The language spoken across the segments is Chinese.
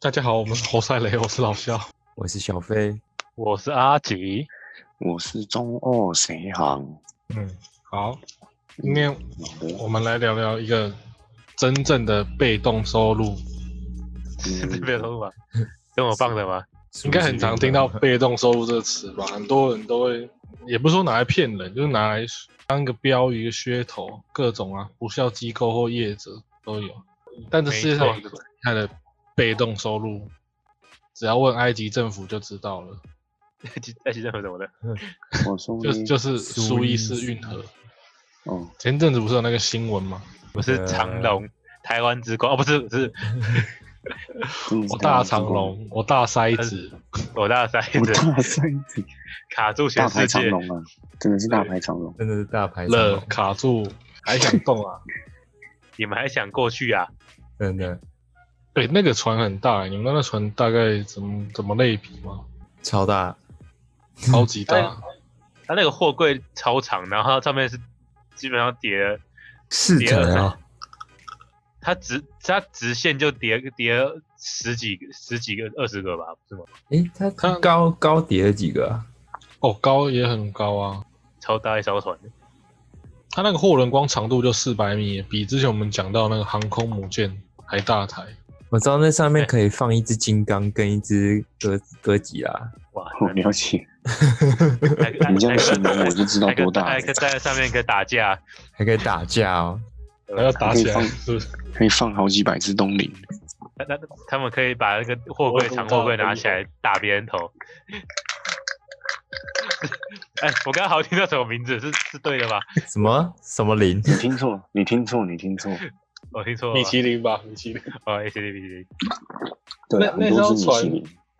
大家好，我们是侯赛雷，我是老肖，我是小飞，我是阿吉，我是中二谁行。嗯，好，今天我们来聊聊一个真正的被动收入，嗯是被动吗？这么棒的吗？应该很常听到“被动收入”这个词吧？很多人都会，也不是说拿来骗人，就是拿来当一个标语、一个噱头，各种啊，不孝机构或业者都有。但这世界上 有一个最厉害的被动收入，只要问埃及政府就知道了，埃及埃及政府怎么的？我说就你就是苏苏伊伊士士运河。哦，前阵子不是有那个新闻吗？我是长呃隆台湾之光哦，不是是嗯我大长，龙，我大筛子，我大塞我子大三子，卡住大全排世长界，龙啊，真的是大排长龙。真的是大牌长了龙，卡住，还想动啊？你们还想过去啊？真的 对，那个船很大、你们那个船大概怎么怎么类比吗？超大，超级大哎，它那个货柜超长，然后它上面是基本上叠了，四层第二啊，它直它直线就叠叠了十几个十几个二十个吧，不是吗？诶，它它高高叠了几个啊？哦，高也很高啊。超大一艘船，它那个货轮光长度就四百米，比之前我们讲到那个航空母舰还大台。我知道那上哎面可以放一只金刚跟一只哥哥吉拉，哇！我了解，那个哦你这样形容我就知道那个多大 那个了。在上面可以打架，还可以打架哦。还要打起来 还可以放是不是？可以放好几百只东林，那那他们可以把那个货柜长货柜拿起来打别人头。哎，我刚刚好像听到什么名字是是对的吧？什么什么林？你听错，你听错，你听错。我听错了吧。米其林吧，米其林哦，H D B D，对，啊那很多是米其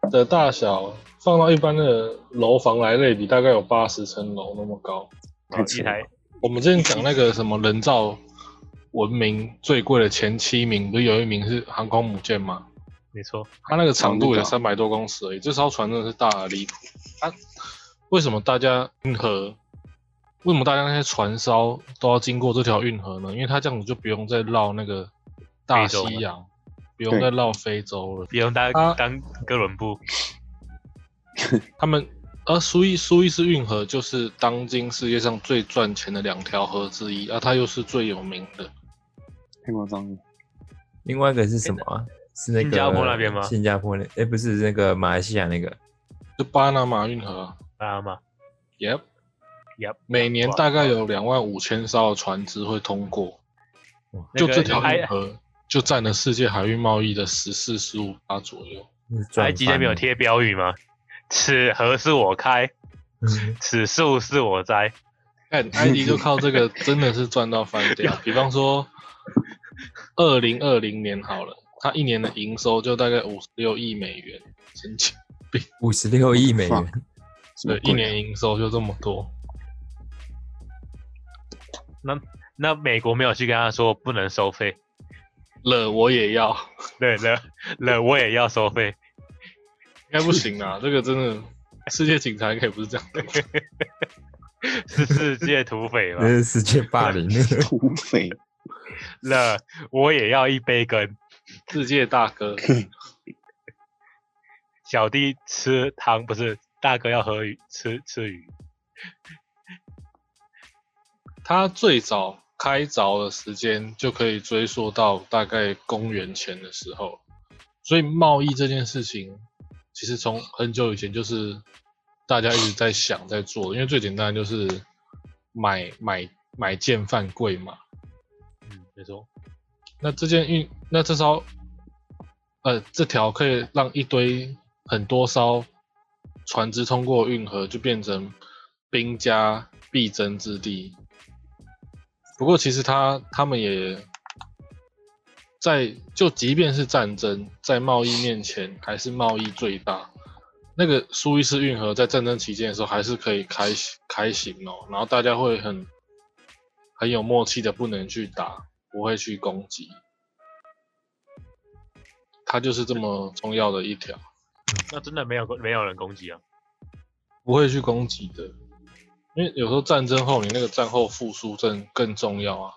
林，的大小放到一般的楼房来类比，大概有八十层楼那么高。太一扯了台。我们之前讲那个什么人造文明最贵的前七名，不是有一名是航空母舰吗？没错，它那个长度也长三百多公尺而已，这艘船真的是大的离谱。它为什么大家运河？为什么大家那些船艘都要经过这条运河呢？因为它这样子就不用再绕那个大西非洋，不用再绕非洲了。不用当啊当哥伦布，他们而苏伊苏伊士运河就是当今世界上最赚钱的两条河之一，而、啊它又是最有名的。太夸张了。另外一个是什么啊？是那个新加坡那边吗新加坡那诶，不是是那个马来西亚那个，就巴拿马运河啊啊嘛， ，Yep， Yep 每年大概有两万五千艘的船只会通过，哇那就个这条埃运河就占了世界海运贸易的十四十五趴左右。那是赚埃及那边有贴标语吗？此河是我开，翻了，此树是我栽。看埃及就靠这个真的是赚到翻掉。比方说，二零二零年好了，它一年的营收就大概五十六亿美元，神经五十六亿美元，什么对，鬼一年营收就这么多。那美国没有去跟他说不能收费，了我也要，对了了，我也要收费。应该不行啊，这个真的。世界警察应该也不是这样的，是世界土匪吧那？是世界霸 凌。土匪，了，我也要一杯羹。世界大哥，小弟吃汤不是，大哥要喝鱼吃吃鱼。它最早开凿的时间就可以追溯到大概公元前的时候，所以贸易这件事情，其实从很久以前就是大家一直在想在做，因为最简单的就是买买买贱犯贵嘛。嗯，没错，那这件运，那这艘，呃，这条可以让一堆很多艘船只通过运河，就变成兵家必争之地。不过，其实他他们也在，就即便是战争，在贸易面前，还是贸易最大。那个苏伊士运河在战争期间的时候，还是可以开开行哦，然后大家会很很有默契的，不能去打。不会去攻击。它就是这么重要的一条，那真的没有没有人攻击啊。不会去攻击的。因为有时候战争后，你那个战后复苏更更重要啊。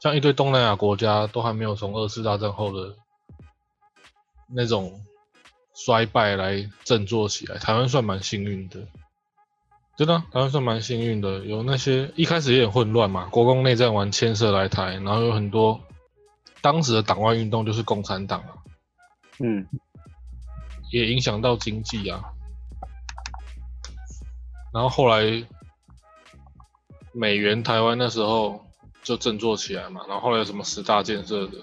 像一堆东南亚国家都还没有从二次大战后的那种衰败来振作起来。台湾算蛮幸运的，真的啊、台湾算蛮幸运的。有那些一开始也很混乱嘛，国共内战完牵涉来台，然后有很多当时的党外运动就是共产党啊，嗯，也影响到经济啊。然后后来美元台湾那时候就振作起来嘛，然后后来有什么十大建设的，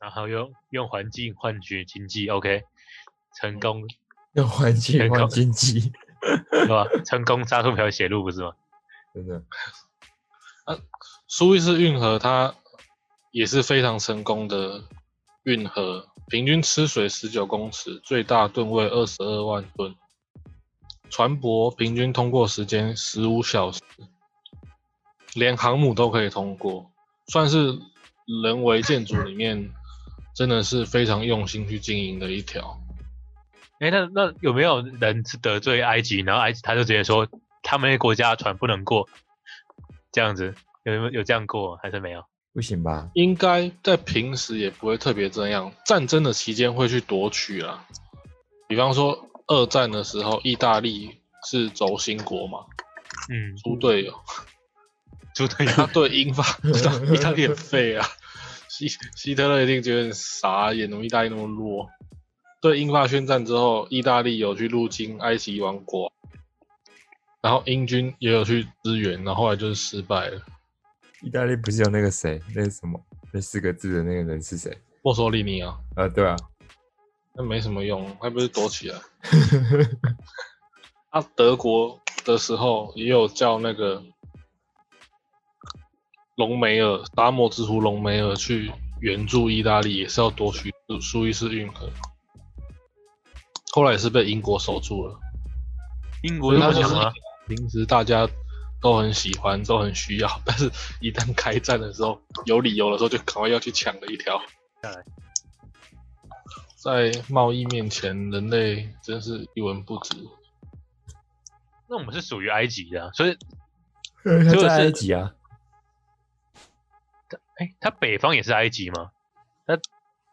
然后用用环境换取经济，OK，成功用环境全靠换经济，对吧？成功杀出条血路不是吗？真的苏伊士运河它也是非常成功的运河，平均吃水十九公尺，最大吨位二十二万吨，船舶平均通过时间十五小时，连航母都可以通过，算是人为建筑里面真的是非常用心去经营的一条。哎，那那有没有人是得罪埃及，然后埃及他就直接说他们那国家的船不能过，这样子有没有有这样过还是没有？不行吧？应该在平时也不会特别这样，战争的期间会去夺取啦。比方说二战的时候，意大利是轴心国嘛，嗯，猪队友，猪队友他对英法，意大利很废啊。希希特勒一定觉得很傻眼，怎么意大利那么弱？对英法宣战之后，意大利有去入侵埃及王国，然后英军也有去支援，然后后来就是失败了。意大利不是有那个谁，那是什么？那四个字的那个人是谁？墨索里尼啊，啊，对啊，那没什么用，还不是躲起来。啊，德国的时候也有叫那个隆美尔沙漠之狐隆美尔去援助意大利，也是要夺取苏苏伊士运河。后来也是被英国守住了。 英国就不就行是吗？平时大家都很喜欢，都很需要，但是一旦开战的时候，有理由的时候，就赶快要去抢的一条下来。在贸易面前，人类真是一文不值。那我们是属于埃及的啊、所以 他就是在埃及啊，哎，它北方也是埃及吗？它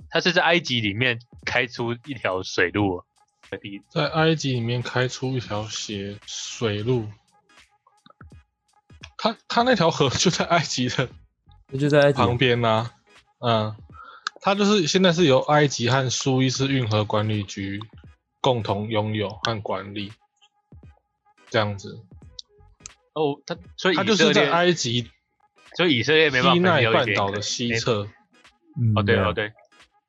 它是在埃及里面开出一条水路啊，在埃及里面开出一条血水路，它它那条河就在埃及的那就在埃及啊旁边呐、嗯，它就是现在是由埃及和苏伊士运河管理局共同拥有和管理，这样子，哦，它所以它以就是色在列，埃及所以以色列没办法西分奈掉一半点岛可的西没侧，嗯哦，对没有哦对，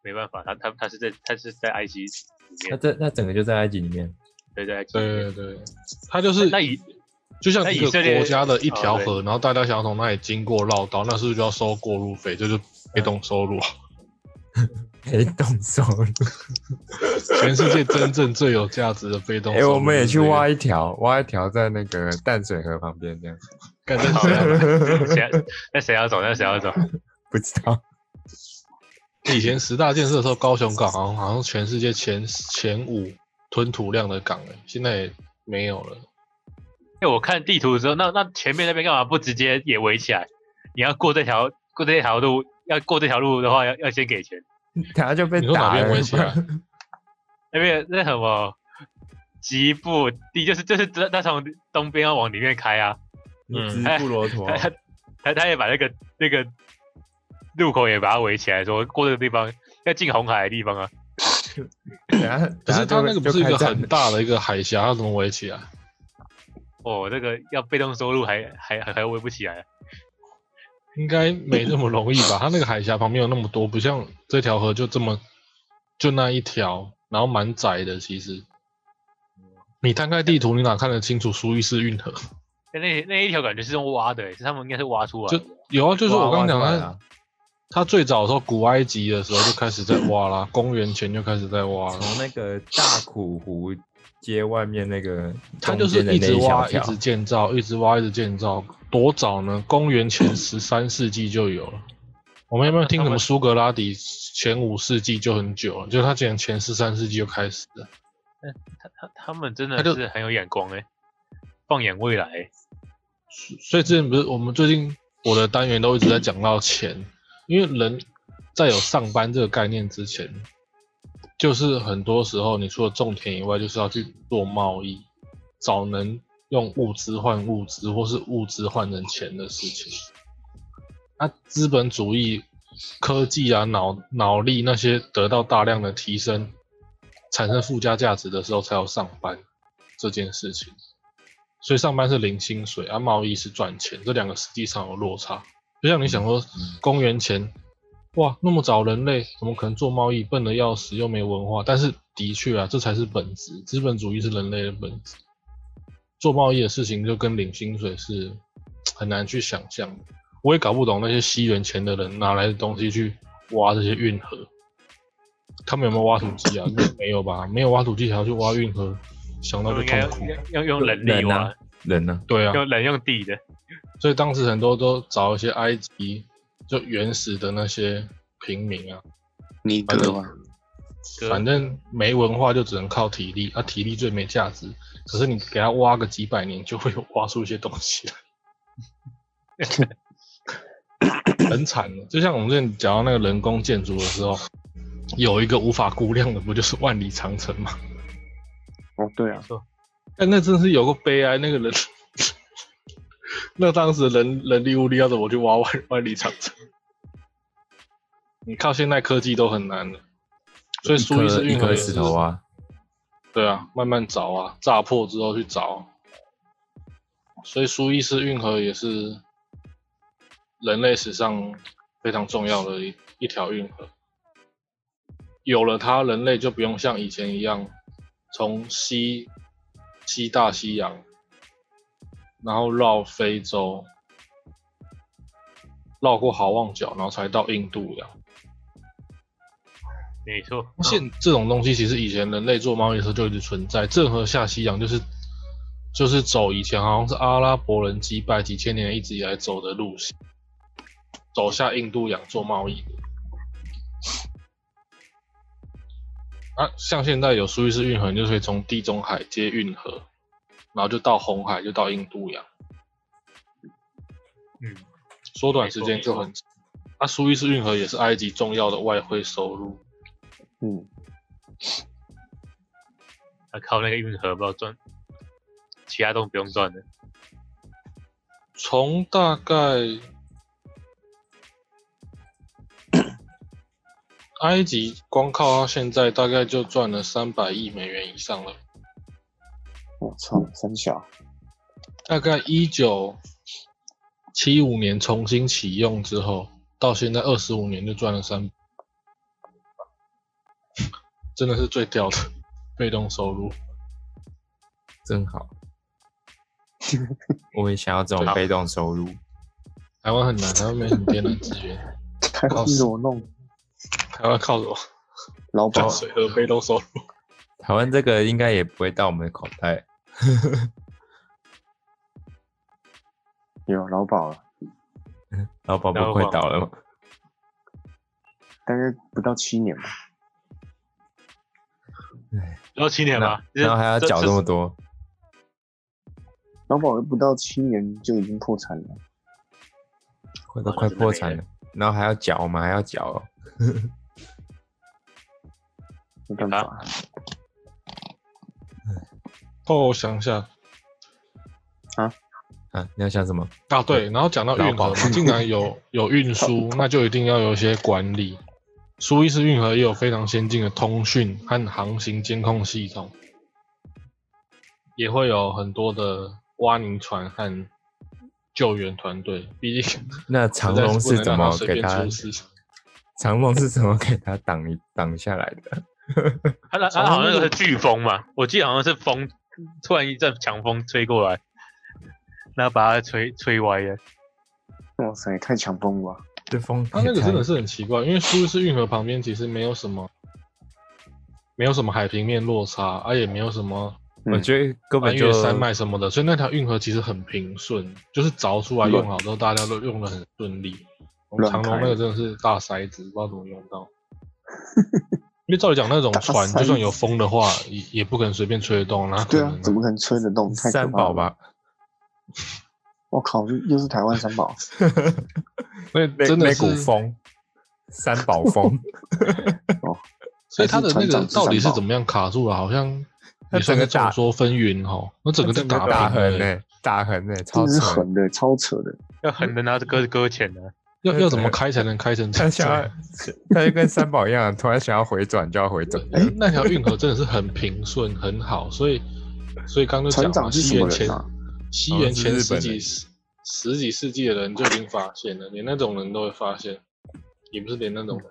没办法，他他他是在他是在埃及里他面，这他整个就在埃及里面，对在埃及里面。对对对，它就是那以就像那一以个色列国家的一条哦河，然后大家想要从那里经过绕道，那是不是就要收过路费？嗯这就是被动收入啊。黑洞收入。全世界真正最有价值的被动。哎，我们也去挖，一条，挖一条在那个淡水河旁边 这样，干这 好谁啊那谁要 那谁要走？那谁要走？ 不知道以前十大建设的时候，高雄港好像好像全世界前前五吞吐量的港、欸，现在也没有了。因为我看地图之后，那那前面那边干嘛不直接也围起来？你要过这条过这条路，要过这条路的话，要要先给钱。等下就被你说哪打边啊了围。起来？那边那什么吉布地，就是就是他他从东边要往里面开啊，你嗯直布罗陀他，他他他也把那个那个路口也把它围起来，说过这个地方要进红海的地方啊。等下可等下是它就那个不是就一开个战很了大的一个海峡，要怎么围起来？哦，这个要被动收入还还还还围不起来，应该没那么容易吧？它那个海峡旁边有那么多，不像这条河就这么就那一条，然后蛮窄的。其实你摊开地图，你哪看得清楚苏伊士运河？那那那一条感觉是用挖的、欸，是他们应该是挖出来就的。有啊，就是我刚刚讲挖挖出来它啊，它最早的时候，古埃及的时候就开始在挖啦，公元前就开始在挖了，从那个大苦湖街外面那个，它就是一一直挖，一条直建造，一直挖，一直建造。多早呢？公元前十三世纪就有了。我们有没有听什么苏格拉底前五世纪就很久了？就是他讲前十三世纪就开始了。他他他们真的他就是很有眼光哎、放眼未来、欸，所以之前不是我们最近我的单元都一直在讲到钱，因为人在有上班这个概念之前，就是很多时候，你除了种田以外，就是要去做贸易，找能用物资换物资，或是物资换成钱的事情。那资本主义、科技啊、脑脑力那些得到大量的提升，产生附加价值的时候，才有上班这件事情。所以上班是零薪水，啊，贸易是赚钱，这两个实际上有落差。就像你想说，公元前，哇，那么早人类怎么可能做贸易？笨的要死，又没文化。但是的确啊，这才是本质，资本主义是人类的本质。做贸易的事情就跟领薪水是很难去想象的。我也搞不懂那些西元前的人哪来的东西去挖这些运河，他们有没有挖土机啊？ 应该没有吧？没有挖土机还要去挖运河，想他到们就嗯应该痛要苦。要用人力人挖啊，人呢、对啊，用人用地的，所以当时很多都找一些埃及就原始的那些平民啊，尼哥吧，哥反正没文化就只能靠体力，啊，体力最没价值。可是你给他挖个几百年，就会有挖出一些东西来，很惨的。就像我们之前讲到那个人工建筑的时候，有一个无法估量的，不就是万里长城吗？哦，对啊，但那真是有个悲哀，那个人， 那当时人人力物力要怎么去挖万万里长城？ 你靠现代科技都很难了，所以一苏伊士颗一运河颗也石是头啊，对啊，慢慢找啊，炸破之后去找。啊所以苏伊士运河也是人类史上非常重要的一一条运河。有了它，人类就不用像以前一样从西西大西洋，然后绕非洲，绕过好望角，然后才到印度洋。没错，发现这种东西其实以前人类做贸易的时候就一直存在。郑和下西洋就是就是走以前好像是阿拉伯人几百几千年一直以来走的路线，走下印度洋做贸易。啊，像现在有苏伊士运河，你就可以从地中海接运河，然后就到红海，就到印度洋，嗯，缩短时间就没很长。啊，苏伊士运河也是埃及重要的外汇收入。嗯，啊靠那个运河不知道赚，其他都不用赚的，从大概 埃及光靠它现在大概就赚了三百亿美元以上了。我操，三小，大概一九七五年重新启用之后，到现在二十五年就赚了三， 真的是最屌的 被动收入。真 好。我也想要这种被动收入，台湾很难，台湾没什么天然资源， 台湾怎么弄？台湾靠什么老板赚， 水和被动收入？台湾这个应该也不会到我们的口袋。有老鸨了，然后宝宝快倒了吗？大概不到七年吧，然后七年吧，这然后还要缴这么这多，老鸨不到七年就已经破产了，我都快破产了，然后还要缴吗？我们还要缴哦、没办法，哦，我想一下，啊！你要想什么？啊，对，然后讲到运河劳保嘛，竟然有 有运输，那就一定要有一些管理。苏伊士运河也有非常先进的通讯和航行监控系统，也会有很多的挖泥船和救援团队。毕竟那 长龙实在不是能怎让它么随给便他出？事长龙是怎么给他挡一挡下来的？ 他他他好像是飓风嘛，我记得好像是风，突然一阵强风吹过来，然后把它吹吹歪了。哇塞，太强风了吧，这风它啊那个真的是很奇怪，因为苏伊士运河旁边其实没有什么，没有什么海平面落差，啊，也没有什么嗯我觉得根翻本就越山脉什么的，所以那条运河其实很平顺，就是凿出来用好之后，大家都用的很顺利。我们长乱开隆那个真的是大筛子，不知道怎么用 到。因为照理讲，那种大船筛子就算有风的话，也也不可能随便吹得动啦。对可啊能，怎么可能吹得动？太可三怕宝了！吧？我靠，又是台湾三宝，所以那真的那是 股风，三宝风，所所以他的那还是船个长到底是怎么？么样卡住了？好像他也整算个是打众说纷纭哈，那整个就打大平横了呢、欸。大横呢、真超的是扯。狠的，超扯的。要狠的拿着嗯割割钱呢、要那要怎整么个开才能开成这他样？想要，他就跟三宝一样，突然想要回转就要回转。那那条运河真的是很平顺，很好，所以所以刚刚就船讲长了，是西什么元人前啊？西哦元是前日十本几人世十几世纪的人就已经发现了，连那种人都会发现，也不是连那种人，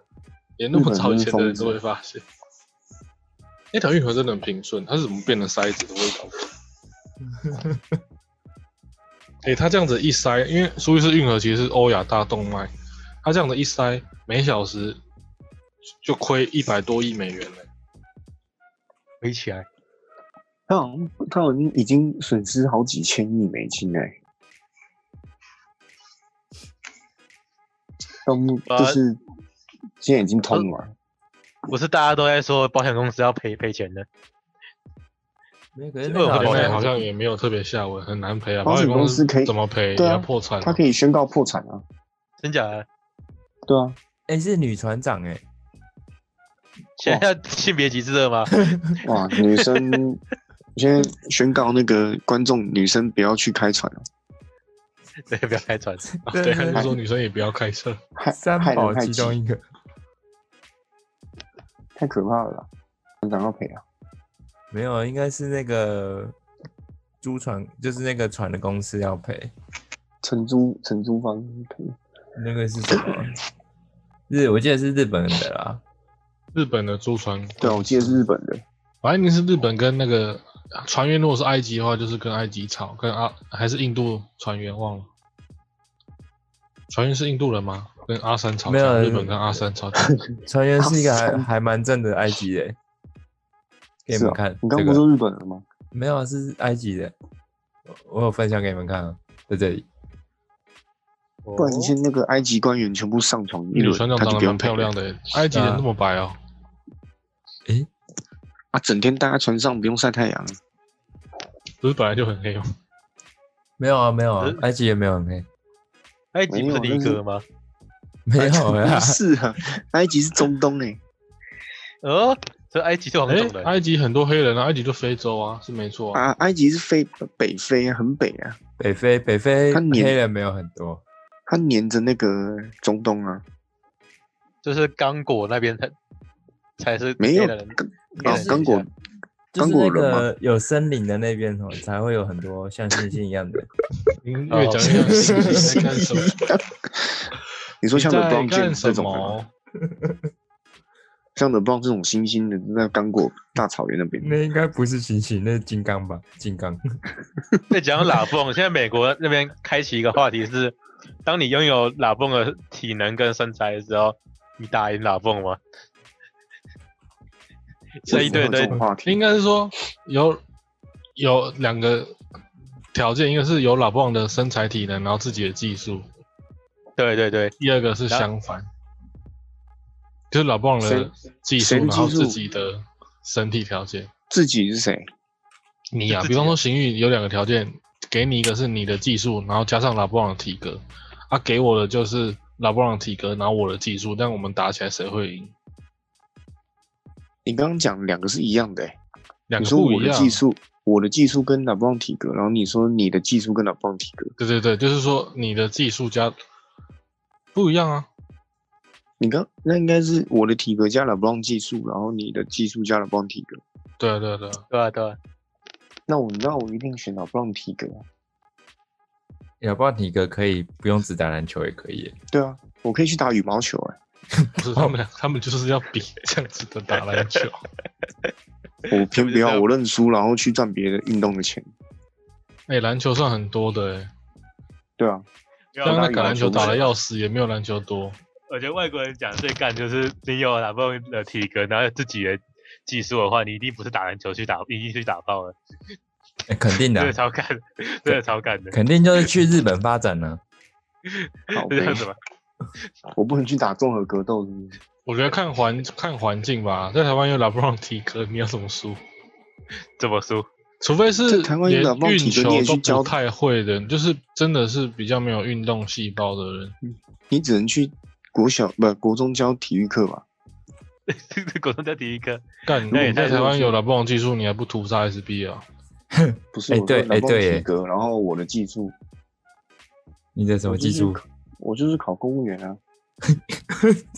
连那日么本人早以前的疯人都子会发现。那条运河真的很平顺，它是怎么变成塞子的味道？ 哎、它这样子一塞，因为苏伊士运河其实是欧亚大动脉，它这样子一塞，每小时就亏一百多亿美元了。围起来，他好像他好像已经损失好几千亿美金哎、到目啊就是现在已经通了，不是大家都在说保险公司要赔赔钱的，没有，可是那个保保险险好像也没有特别下文，很难赔啊。保险公公司可以怎么赔？对啊也要破产啊。他可以宣告破产啊，真假的？对啊，哎、是女船长 哎、现在要性别歧视了吗？ 哇，女生现在宣告那个观众女生不要去开船了、对，不要开 船。啊对对，嗯他就对说女生也不要开车。害三害宝人害其己，中一个，太可怕了啦，船长要赔啊， 没有，应该是那个租船，就是那个船的公司要赔。承租承租方啊赔，那个是什么？日，我记得是日本的啦。日本的租船，对啊，我记得是日本的，反正你是日本跟那个船员，如果是埃及的话，就是跟埃及吵，跟阿还是印度船员忘了。船员是印度人吗？跟阿三吵没架，有日本跟阿三 吵架。船员是一个还好还蛮正的埃及人，给哦你是们啊看。你刚这个刚不是说日本人吗？没有啊，是埃及的，我我有分享给你们看啊，在这里。哦不然你先那个埃及官员全部上床一女轮船长，他长就不得用蛮赔漂了亮的欸，埃及人那么白哦。啊，整天待在船上不用晒太阳，啊不是本来就很黑哦吗？没有啊，没有啊呃，埃及也没有很黑，埃及不是没有尼哥吗？没有啊不，是啊，埃及是中东欸诶、哦，这埃及是黄哎种，人，埃及很多黑人啊，埃及就非洲啊，是没错啊。啊，埃及是非北非啊，很北啊，北非北非他黏黑人没有很多，它黏着那个中东啊，就是刚果那边才才是没有黑人刚黑啊人刚果人就家是刚那果人嘛，个有森林的那边哦，才会有很多像猩猩一样的。您越讲越哦像猩猩在干什 么？你说像 The 在 Brown 干 James 什这种啊人吗，么？像 The Brown 这种新兴的，那刚果大草原那边， 那应该不是猩猩，那是金刚吧？金 刚。在讲拉蹦，现在美国那边开启一个话题是，当你拥有拉蹦的体能跟身材的时候，你打赢拉蹦吗？这一为对对什么会有 这种话应题，该是说有有两个条件，一个是有老棒的身材体能，然后自己的技术；对对对，第二个是相反，就是老棒的技术，谁然后谁技术自己的身体条件。自己是谁？你啊，自己比方说邢宇有两个条件，给你一个是你的技术，然后加上老棒的体格，啊，给我的就是老棒的体格，然后我的技术，但我们打起来谁会赢？你刚刚讲两个是一样的、欸，两你个说不我一的样。技术，我的技术跟 The Brown 体格，然后你说你的技术跟 The Brown 体格，对对对，就是说你的技术加不一样啊。你刚那应该是我的体格加 The Brown 技术，然后你的技术加 The Brown 体格。对啊对啊对啊，对啊对啊，那我那我一定选老布朗提格啊。要不然你哥可以不用只打篮球也可以耶，对啊，我可以去打羽毛球哎、不是他们俩，他们就是要比哦 这样子的打篮球。欸我偏不要，我认输，然后去赚别的运动的钱。 哎、篮球算很多的、欸，对啊，刚刚那个篮球打了的要死，也没有篮球多。我觉得外国人讲最干就是你有打棒的体格，然后有自己的技术的话，你一定不是打篮球去打，一定去打炮了，哎肯定的啊真的，超干 的，真的超干的，肯定就是去日本发展了。 是这好呗啊样子吗？我不能去打综合格斗是不是我觉得看环看环境吧，在台湾有 LeBron 体格，你要怎么输？怎么输？ 除非是在台湾有连 LeBron 运体格球你也去都教不太会的，就是真的是比较没有运动细胞的人。你只能去国小不国中教体育课吧？这个果冻叫第一个，干，那也你在太台有湾趣有了不同技术，你还不屠杀 SB 啊？不是哎我对说哎南方对耶体格，然后我的技术，你的什么我就技是术？考我就是考公务 员啊，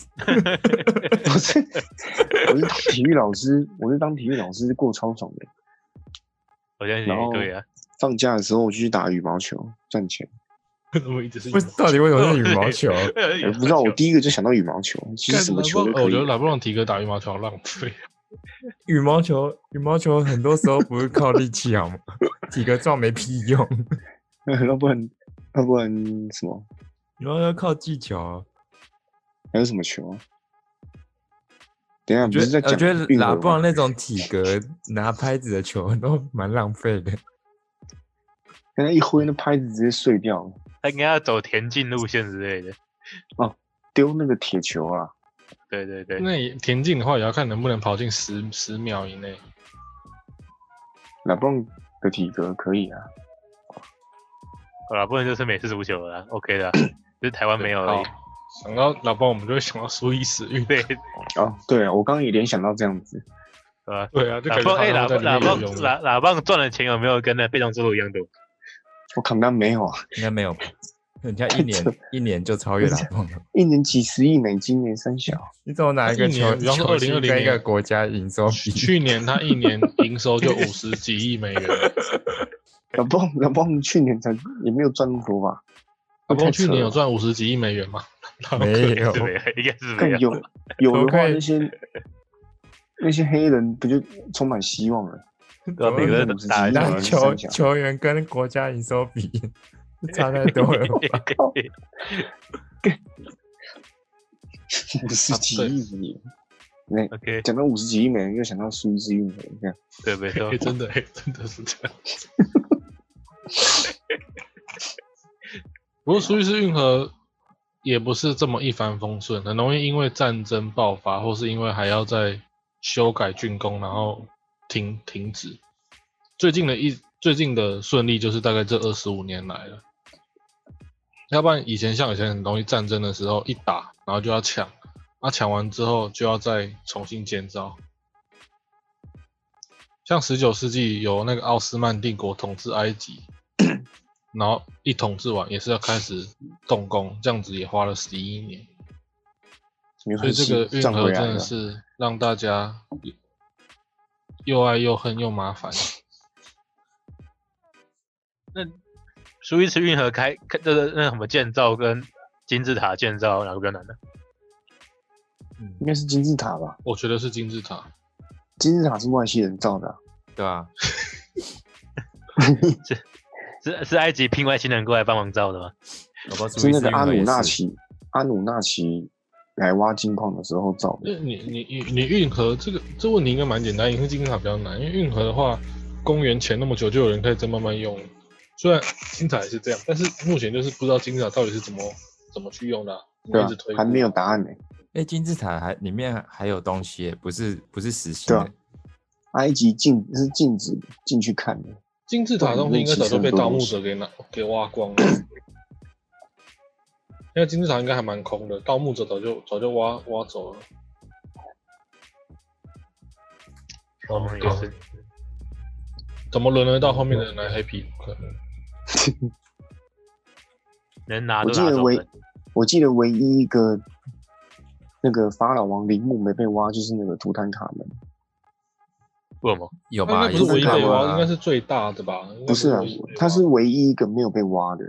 我是我是当体育老师，我是当体育老师过超爽的。好像也然后对啊。放假的时候我就去打羽毛球赚钱，怎么一直是羽不毛是，到底为什么是羽毛球？哎不知道我第一个就想到羽毛球，其实干什么拉球布朗哦都可我以觉得。拉布朗提哥打羽毛球好浪费，羽毛球，羽毛球很多时候不是靠力气好吗？几个撞没屁用， 要不然要不然什么？羽毛球靠技巧啊。还有什么球啊？等一下我不觉是在得我讲觉得运拉河布朗吗？那种体格拿拍子的球都蛮浪费的。刚才一挥那拍子直接碎掉了， 他应该要走田径路线之类的。丢那个铁球啊！对对对，那也田径的话也要看能不能跑进十十秒以内。拉布朗的体格可以啊，好啦，不能就是美式足球了啦，OK 的啦，只是台湾没有而好已。，想到拉布朗，我们就会想到苏伊士运。对，哦，对啊，我刚刚也联想到这样子，对吧？对啊，就喇感觉叭哎，他喇在叭喇里面叭游泳。喇喇叭赚的钱有没有跟那被动收入一样多？我看到没有啊，应该没 有吧，人家一这年一年就超越拉布朗了。一年几十亿美金呢，三小，你怎么拿一个一球年比方说球星2020跟一个年国家 营收比？去年他一年营收就五十几亿美元， 拉布朗拉布朗去年才也没有赚那么多吧？老太公扯去年有了赚五十几亿美元吗？没有是没有，应该是没更有。有有 怎么的话，可以那些那些黑人不就充满希望了？对啊，每个人怎都么打一怎下么那篮球球球员跟国家营收 比，差太多了吧。啊五十几亿耶，那 OK，讲到五十几亿美元，又想到苏伊士运河，你看，对，没错哎，，真的， 哎，真的是这样。 不过苏伊士运河也不是这么一帆风顺，很容易因为战争爆发，或是因为还要再修改竣工，然后停停止。最近的一最近的顺利就是大概这二十五年来了，要不然以前像以前很容易战争的时候一打，然后就要抢，那抢完之后就要再重新建造。像十九世纪有那个奥斯曼帝国统治埃及，然后一统治完也是要开始动工，这样子也花了十一年，没所以关这系个运赚河回来真了的。是让大家又爱又恨又麻烦。苏伊士运河开，开这个那什么建造跟金字塔建造哪个比较难呢？应该是金字塔吧？我觉得是金字塔，金字塔是外星人造的啊、对啊，是是埃及聘外星人过来帮忙造的吗？搞不好是苏伊那士个运阿河努也纳是。奇阿努纳奇来挖金矿的时候造的。因为你你你你运河这个这问题应该蛮简单，因为金字塔比较难，因为运河的话，公元前那么久就有人开始在慢慢用了，虽然金字塔也是这样，但是目前就是不知道金字塔到底是怎么怎么去用的啊、对一啊直推，还没有。有答案呢、哎，金字塔还里面还有东西耶，不是不是实心对啊的。埃及禁是禁止进去看的，金字塔的东西应该早就被盗墓者给拿 给挖光了，因为金字塔应该还蛮空的，盗墓者早就早就挖挖走了。我们也是，怎么轮得到后面的人来黑皮？不可能。能拿我都记拿得走唯了。我记得唯一一个那个法老王陵墓没被挖，就是那个图坦卡门。为什么？有它吧？应该不是唯一有被吧啊挖，应该是最大的吧？应该不是啊唯一被，挖他是唯一一个没有被挖的，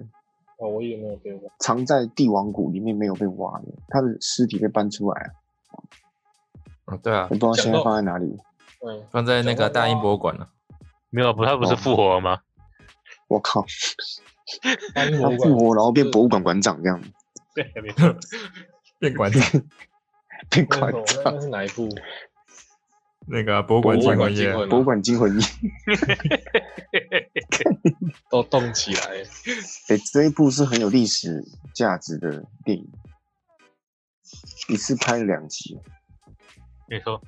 哦，我也没有被挖。藏在帝王谷里面没有被挖的，他的尸体被搬出来，哦对啊我，不知道现讲在到放在哪里。嗯，放在那个大英博物馆了。 没有，不，他不是哦复活了吗？我靠，大英博他物馆复活然后变博物馆馆长这样，对，没错。变馆长，变那馆是什么长，那是哪一部？那个啊博物博馆物惊馆魂惊夜，魂博物啊，馆惊魂夜。都动起来。哎、这一部是很有历史价值的电影，一次拍了两集。没错，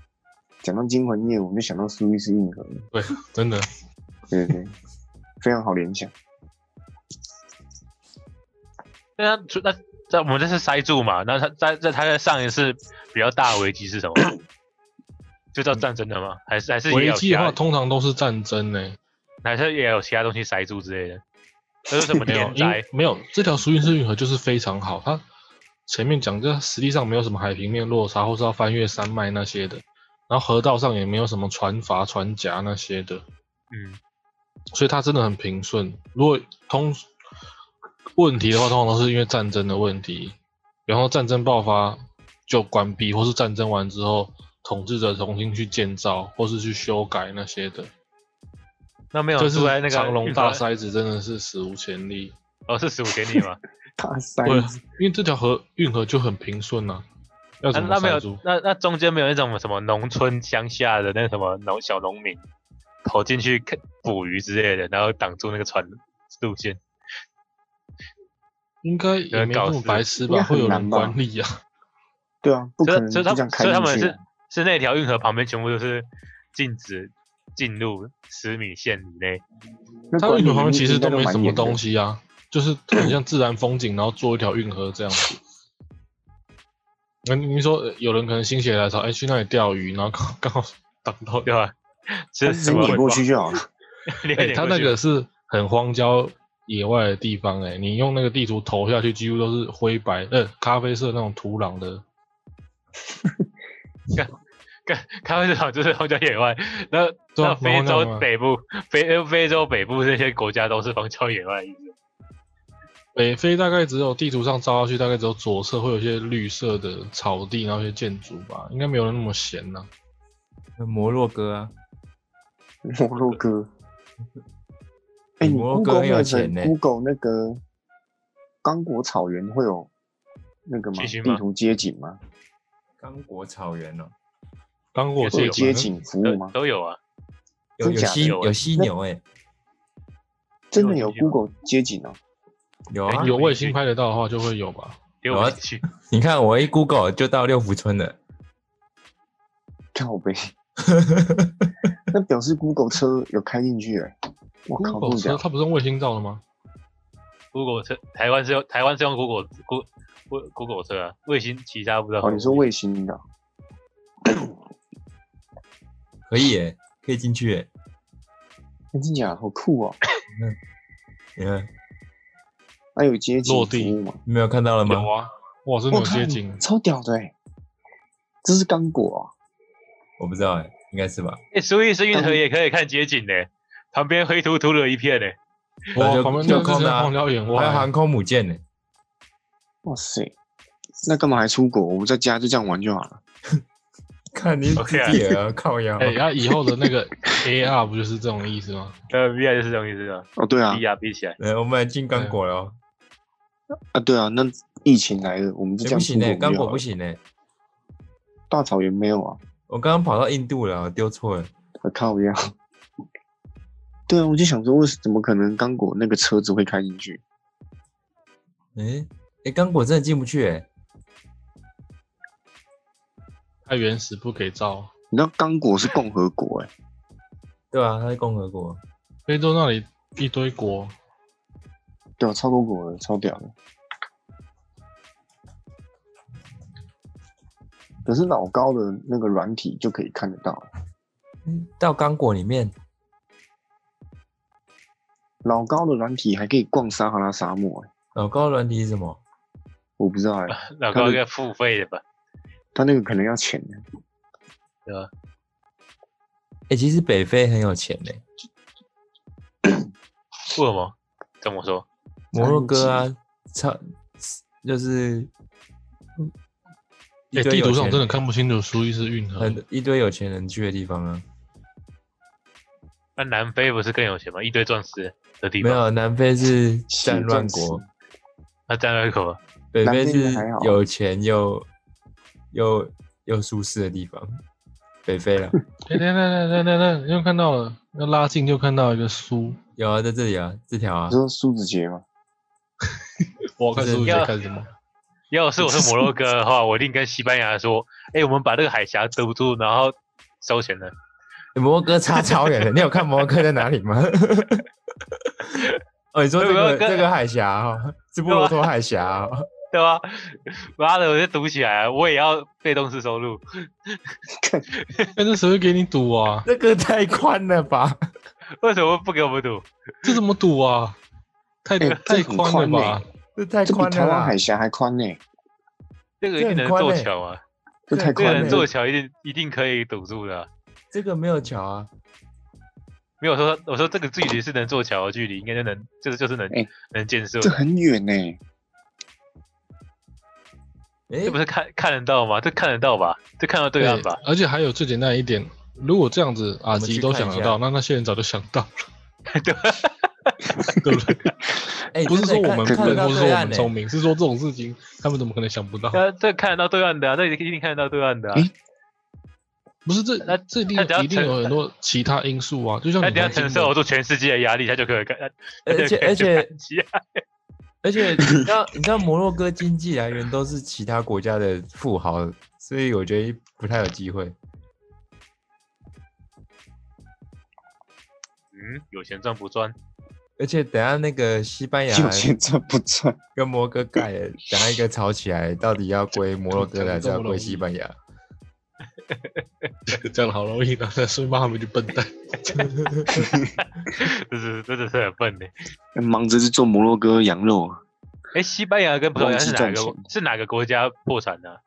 讲到《惊魂夜》，我们就想到苏伊士运河了，对，真的。对对对，非常好联想。啊那他 那在我们这是塞住嘛？那他在在他在上一次比较大的危机是什么？就叫战争的嘛？还是还是也危有机其的他话，，通常都是战争呢、还是也有其他东西塞住之类的？那是什么没有天，因灾为？没有这条苏运士运河就是非常好，它前面讲这实际上没有什么海平面落差，或是要翻越山脉那些的，然后河道上也没有什么船筏、船夹那些的，嗯，所以它真的很平顺。如果通问题的话，通常都是因为战争的问题，然后战争爆发就关闭，或是战争完之后，统治者重新去建造，或是去修改那些的。那没有这是住在那个长运隆河大塞子真的是史无前例。哦，是十五给你 吗？大塞对啊子，因为这条河运河就很平顺呐、要那怎么那没塞有住？，那那中间没有那种什么农村乡下的那什么农小农民投进去看捕鱼之类的，然后挡住那个船路线。应该也没那么白痴应该吧？很会有难人吧管理啊？对啊，不所可以能所就以他这样们开所以他们进去是啊。是那条运河旁边全部都是禁止进入十米线以内。那它管运理河旁边其应实该都没蛮什么严的东，西啊，就是很像自然风景，然后做一条运河这样子。那您说呃有人可能心血来潮，哎、去那里钓鱼，然后刚刚好挡到对掉，吧？他这直什接么碾过去就好了。 你哎、它那个是很荒郊野外的地方、哎，你用那个地图投下去，几乎都是灰白呃咖啡色那种土壤的，看开玩笑，就是荒郊野外。那对那啊非蛮荒洲郊北部、非非洲北部这些国家都是荒郊野外的意思。北非大概只有地图上照下去，大概只有左侧会有一些绿色的草地，然后一些建筑吧，应该没有人那么闲呐、那摩洛哥啊，摩洛哥，哎、你摩洛哥 Google 很有那个钱呢 Google 那个刚果草原会有那个吗？信息吗地图街景吗？刚果草原哦，刚果也是是会有有街景服务都吗？都有啊，有真有假犀有欸有犀牛哎、真的有有有有 Google 街景哦、有啊哎有卫星拍得到的话就会有吧。丢有我啊去。你看我一 Google 就到六福村了，靠背。那表示 Google 车有开进去哎、我靠， Google 不车讲，它不是用卫星照的吗？ Google 车，台湾是用台湾是用 Google Google Google 车啊，卫星其他不知道。哦，你说卫星的，可以哎、可以进去哎、那哎真假好酷哦、你看那、有街景落服地务吗？你没有看到了吗有？啊，哇，真的我有靠街景，，超屌的哎、这是刚果啊、我不知道哎、应该是吧。哎，苏伊士运河也可以看街景呢，旁边灰秃秃的一片呢。哇，就旁边就就是哎空的啊荒郊野还有外航，空母舰呢、哇塞，那干嘛还出国？我们在家就这样玩就好了。看你 OK 啊自己啊，靠腰。哎，那以后的那个 AR 不就是这种意思吗？呃，VR 就是这种意思啊哦，对哎啊， ，VR 比起来，来，我们来哎进刚果了哦。啊对啊，那疫情来了，我们就哎这不样行出呢、国刚就好果了不行呢、大草原没有啊，我刚刚跑到印度了，我丢错了。我靠呀！对啊，我就想说，为什怎么可能刚果那个车子会开进去？哎、哎，刚果真的进不去哎、太原始不给照，你知道刚果是共和国哎、对啊，它是共和国。非洲那里一堆国，对啊，超多国的，超屌的。可是老高的那个软体就可以看得到，嗯到刚果里面，老高的软体还可以逛撒哈拉沙漠、欸，老高软体是什么？我不知 道哎、老他高们应该付费的吧？他那个可能要钱欸的。对吧？哎、其实北非很有钱呢、为什么？怎么说？摩洛哥啊，超就是嗯一哎，堆地有图上钱真的看不清楚苏伊士运河很，一堆有钱人去的地方啊。那南非不是更有钱吗？一堆钻石的地没方，有，南非是血战乱钻石国，那占了一口。北南非非应该是还好有钱又又又舒适的地方。北非了，哎，等等等等等等，又看到了，要拉近就看到一个苏，有啊，在这里啊，这条啊你，说苏子杰吗？我看就是苏伊士在看什么？要是我是摩洛哥的话，我一定跟西班牙说：“哎、我们把这个海峡遮不住，然后收钱了。欸摩洛哥差超远的。你有看摩洛哥在哪里吗？ 哦，你说这摩洛个哥这个海峡哦，是波罗陀海峡哦， 对吧？妈的，我就赌起来了，我也要被动式收入。 哎，这谁会给你赌啊？这个太宽了吧？为什么不给我们赌？这怎么赌啊？太哎太这宽很了宽吧欸？这太这比宽台了湾啦海！峡还宽呢、这个一这定很能宽做欸桥啊，这太这个宽能了。做桥一定一定可以堵住的啊。这个没有桥啊，没有说，我说这个距离是能做桥的距离，应该就能，就是就是能、哎能建设这的。很远呢、哎这不，是看看得到吗？这看得到吧？这看到对岸吧？而且还有最简单一点，如果这样子阿吉都想得到，那那些人早就想到了， 对对，不对？哎，不是说真的我们看笨，看或者得说到对我岸们欸 聪明，是说这种事情他们怎么可能想不到？那这看得到对岸的啊，这一定看得到对岸的啊。诶不是这那这一定那只要一定承有很多其他因素啊，就像他你只要刚承刚受 说，住全世界的压力，他啊就可以干。他而就且可以而且干起来而且 你知道，你知道摩洛哥经济来源都是其他国家的富豪，所以我觉得不太有机会。嗯，有钱赚不赚？而且等下那个西班牙有钱赚不赚？跟摩洛哥盖了，等下一个吵起来，到底要归摩洛哥的还是要归西班牙？讲的好容易，然后所以骂他们一句笨 蛋。 这是真的是很笨的。 忙着是做摩洛哥羊肉啊，哎，西班牙跟葡萄牙是哪忘记赚个钱是哪个国家破产的啊？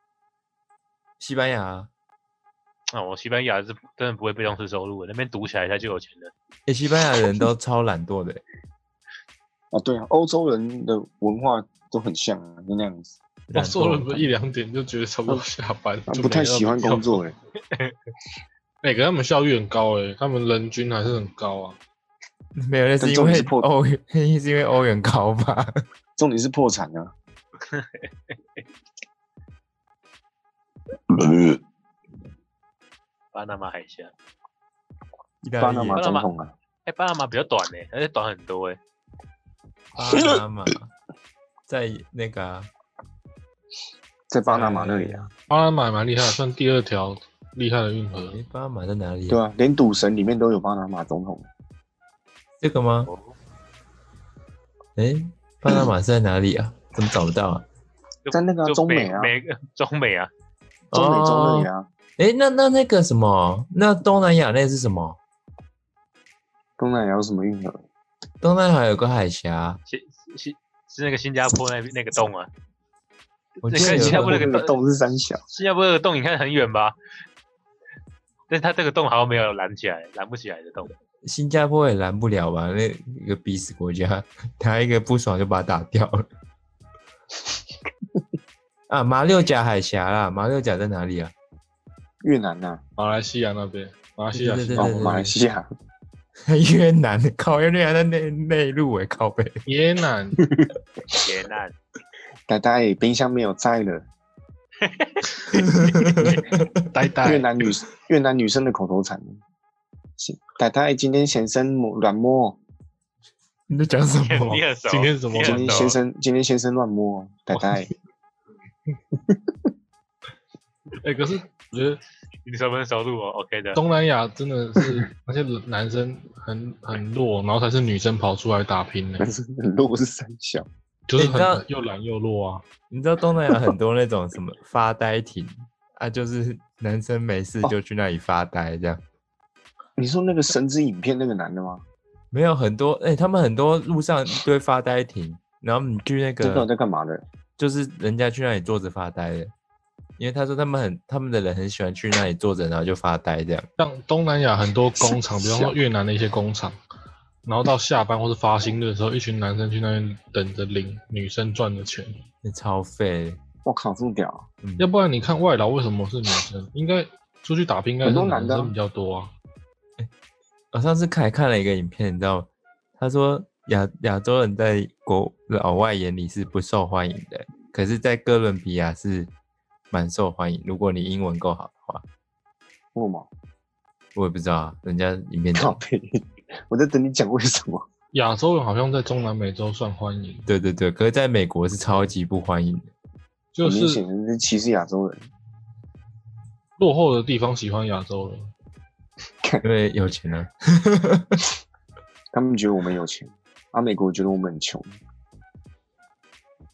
西班牙啊，啊，我西班牙是真的不会被动式收入的，那边赌起来他就有钱了。哎，西班牙人都超懒惰的欸，啊对啊，欧洲人的文化都很像啊，就那样子，我懒说了惰一两点就觉得差不多下班，啊他就不太没了喜欢工。作哎、哎，可他们效率很高哎，他们人均还是很高啊。没有，那是但因重点为是破欧， 那是因为欧元高吧？ 重点是破产啊。巴拿马海峡，意大巴利拿也马总统啊，哎，巴拿马比较短呢，而且短很多哎。巴拿马，在那个啊在巴拿马那里啊，，巴拿马还蛮厉害，算第二条厉害的运河。哎，巴拿马在哪里？对，啊，连赌神里面都有巴拿马总统，这个吗？哦哎，巴拿马是在哪里啊？怎么找不到啊？就在那个啊就中美美啊美中美啊，中美洲那里哦。啊，哎，那那那个什么，那东南亚那是什么？东南亚有什么运河？东南亚有个海峡，新新是那个新加坡那边那个洞啊，我那记得看有新加个坡那个个洞是三小，新加坡那个洞你看很远吧？但是它这个洞好像没有拦起来，拦不起来的洞。新加坡也拦不了吧？那一个逼死国家， 他一个不爽就把他打掉了。 啊，马六甲海峡啦，马六甲在哪里啊？越南呐、马来西亚那边，马来西亚对新对对加哦坡，马来西亚， 越南，靠，越南在内内陆诶，靠北。也难。劫 难，呆呆冰箱没有在了。呆呆越南女越南女生的口头禅，行呆呆今天先生摸乱摸，你在讲什么你？很熟。今天是什么你今很天熟先生今天先生乱摸，呆呆。 哎、可是我觉得你熟不熟路哦？OK 的。东南亚真的是那些男生很很弱，然后才是女生跑出来打拼的、但是很弱是三小，就是哎你知道很又懒又弱啊。你知道东南亚很多那种什么发呆亭啊，就是男生没事就去那里发呆这样。你说那个神之影片那个男的吗？没有很多，哎、他们很多路上一堆发呆亭，然后你去那这到个，底在干嘛的？就是人家去那里坐着发呆的，因为他说他们很，他们的人很喜欢去那里坐着，然后就发呆这样。像东南亚很多工厂，比方说越南的一些工厂，然后到下班或是发薪日的时候，一群男生去那边等着领女生赚的钱。那超废的，我靠，这么屌啊！嗯，要不然你看外劳为什么是女生？应该出去打拼应该很是多男男的啊生比较多啊。我上次看看了一个影片，你知道吗？他说亚亚洲人在国老外眼里是不受欢迎的，可是，在哥伦比亚是蛮受欢迎。如果你英文够好的话，为什么？我也不知道啊，人家影片靠 讲，背， 我在等你讲为什么。亚洲人好像在中南美洲算欢迎，对对对，可是在美国是超级不欢迎的。就很明显是人是歧视亚洲人，落后的地方喜欢亚洲人。因为有钱啊。他们觉得我们有钱，啊，美国觉得我们很穷。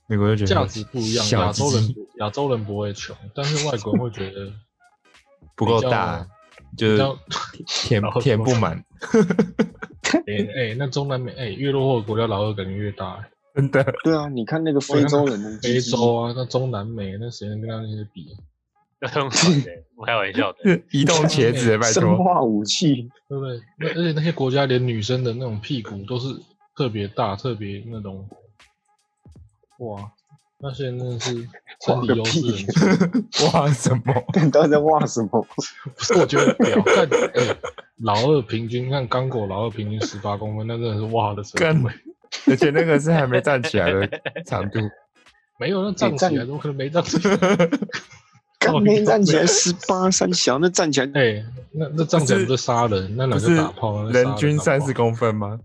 美国就觉得这样子不一样，小亚鸡洲人鸡不亚洲人不会穷，但是外国人会觉得不够比较大，比就是较填然后填不 满，哎哎、那中南美哎、越落后的国家老二感觉越大、 哎真的。对啊，你看那个我非看洲那人的非鸡鸡洲啊，那中南美那谁能跟他那些比啊？那用反的，不开玩笑的。移动茄子，欸拜生托，化武器， 对不对？那而且那些国家连女生的那种屁股都是特别大，特别那种，哇，那些人真的是身体优势很强。哇什么？ 看到底在画什么？不是，我觉得屌，但哎、老二平均，看刚果老二平均十八公分，那真的是哇的干程度。 而且那个是还没站起来的长度，没有那站起哎来，站怎么可能没站起来？ 干没站起来十八三小，那站起来哎、那那站起来不就杀人？那哪不个是打炮？那人均杀人打三炮十公分吗？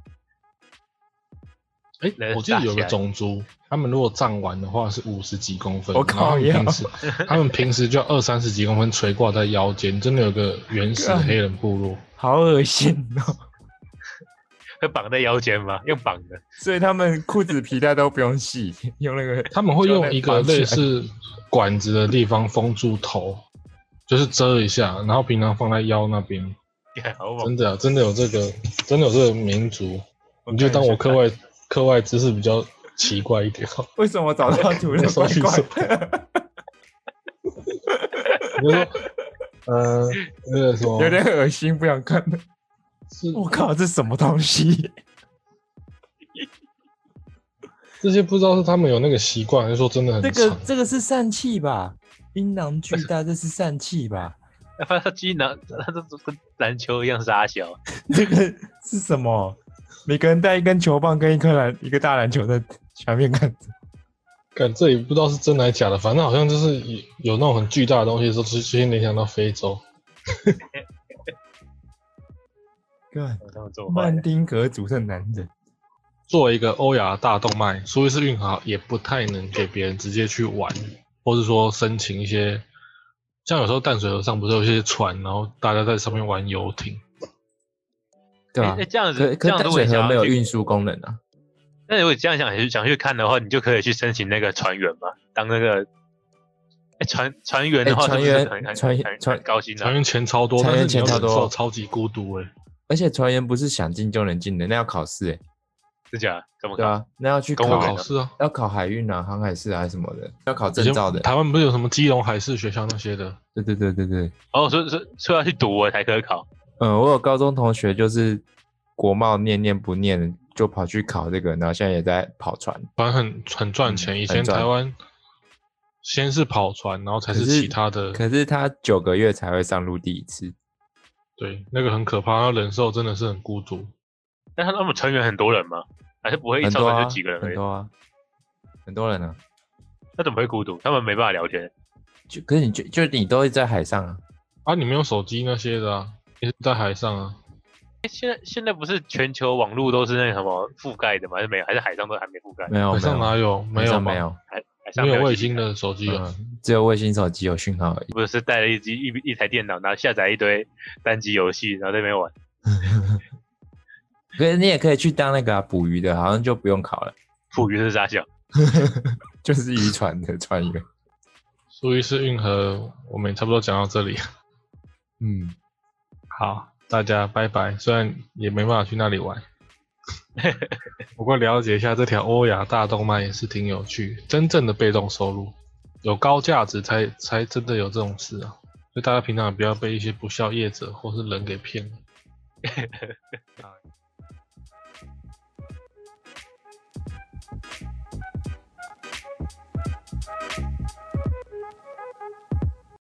哎、人我记得有大个侠种族，他们如果站完的话是五十几公分，我然后靠他们要平时 他们平时就二三十几公分垂挂在腰间，真的有个原始的干黑人部落，好恶心哦！会绑在腰间吗？用绑的，所以他们裤子皮带都不用系，用那个他们会就用那一个绑起类来似管子的地方封住头，就是遮一下，然后平常放在腰那边。干好真！猛的、啊，真的有这个，真的有这个民族， 你就当我课外课外知识比较奇怪一点好了。 为什么找到图了？我怪搜寻怪的，比如说，呃，那个什么，有点恶心，不想看。是我靠，这什么东西？这些不知道是他们有那个习惯，还是说真的很这长？个这个是疝气吧？阴囊巨大，这是疝气吧？他把他鸡囊，他这跟篮球一样傻小， 这个是什么？每个人带一根球棒跟一颗篮一个大篮球在前面看着，干这也不知道是真的还是假的，反正好像就是有有那种很巨大的东西的时候，就先联想到非洲。看他们这么坏曼。丁格组的男人，作为一个欧亚大动脉，苏伊士运河也不太能给别人直接去玩，或是说申请一些，像有时候淡水河上不是有一些船，然后大家在上面玩游艇，对啊哎哎这样子，可这可样淡如果水你想河要没有去运输功能啊，那如果这样想去想去看的话，你就可以去申请那个船员嘛，当那个哎船船员的话，哎船是不是员很很船很很船很高薪啊的船。员钱超多，船员但是你要钱超多忍受超级孤独哎、而且船员不是想进就能进的，那要考试哎、是假的？怎么对搞？啊，那要去公考务员考试啊，要考海运啊、航海试啊还是什么的，要考以证前照的。台湾不是有什么基隆海事学校那些的，对对对对对，哦，所以所以所以要去读我才可以考。嗯，我有高中同学就是国贸念念不念，就跑去考这个，然后现在也在跑船。反正很很赚钱。以前嗯很赚台湾先是跑船，然后才可是其他的，可是他九个月才会上陆第一次，对，那个很可怕，要忍受真的是很孤独。但他们船员很多人吗？还是不会一很艘多船啊，就几个人而很已？多啊，很多人啊。那怎么会孤独？他们没办法聊天。就可是你就就你都会在海上啊，啊，你没有手机那些的啊，也是在海上啊。哎，现在现在不是全球网络都是那什么覆盖的吗？还是没有？还是海上都还没覆盖？没有海哦没有啊上哪有？没海有上吧没，有，海海上没有卫信星号，的手机啊有。嗯，只有卫星手机有讯号而已。不是带了一机一一台电脑，然后下载一堆单机游戏，然后在那边玩。可是你也可以去当那个啊捕鱼的，好像就不用考了，捕鱼是傻笑，就是渔船的船员。苏伊士运河，我们也差不多讲到这里。嗯， 好，大家拜拜。虽然也没办法去那里 玩，不过了解一下这条欧亚大动脉也是挺有趣的。真正的被动收入，有高价值才才真的有这种事啊。所以大家平常也不要被一些不孝业者或是人给骗了。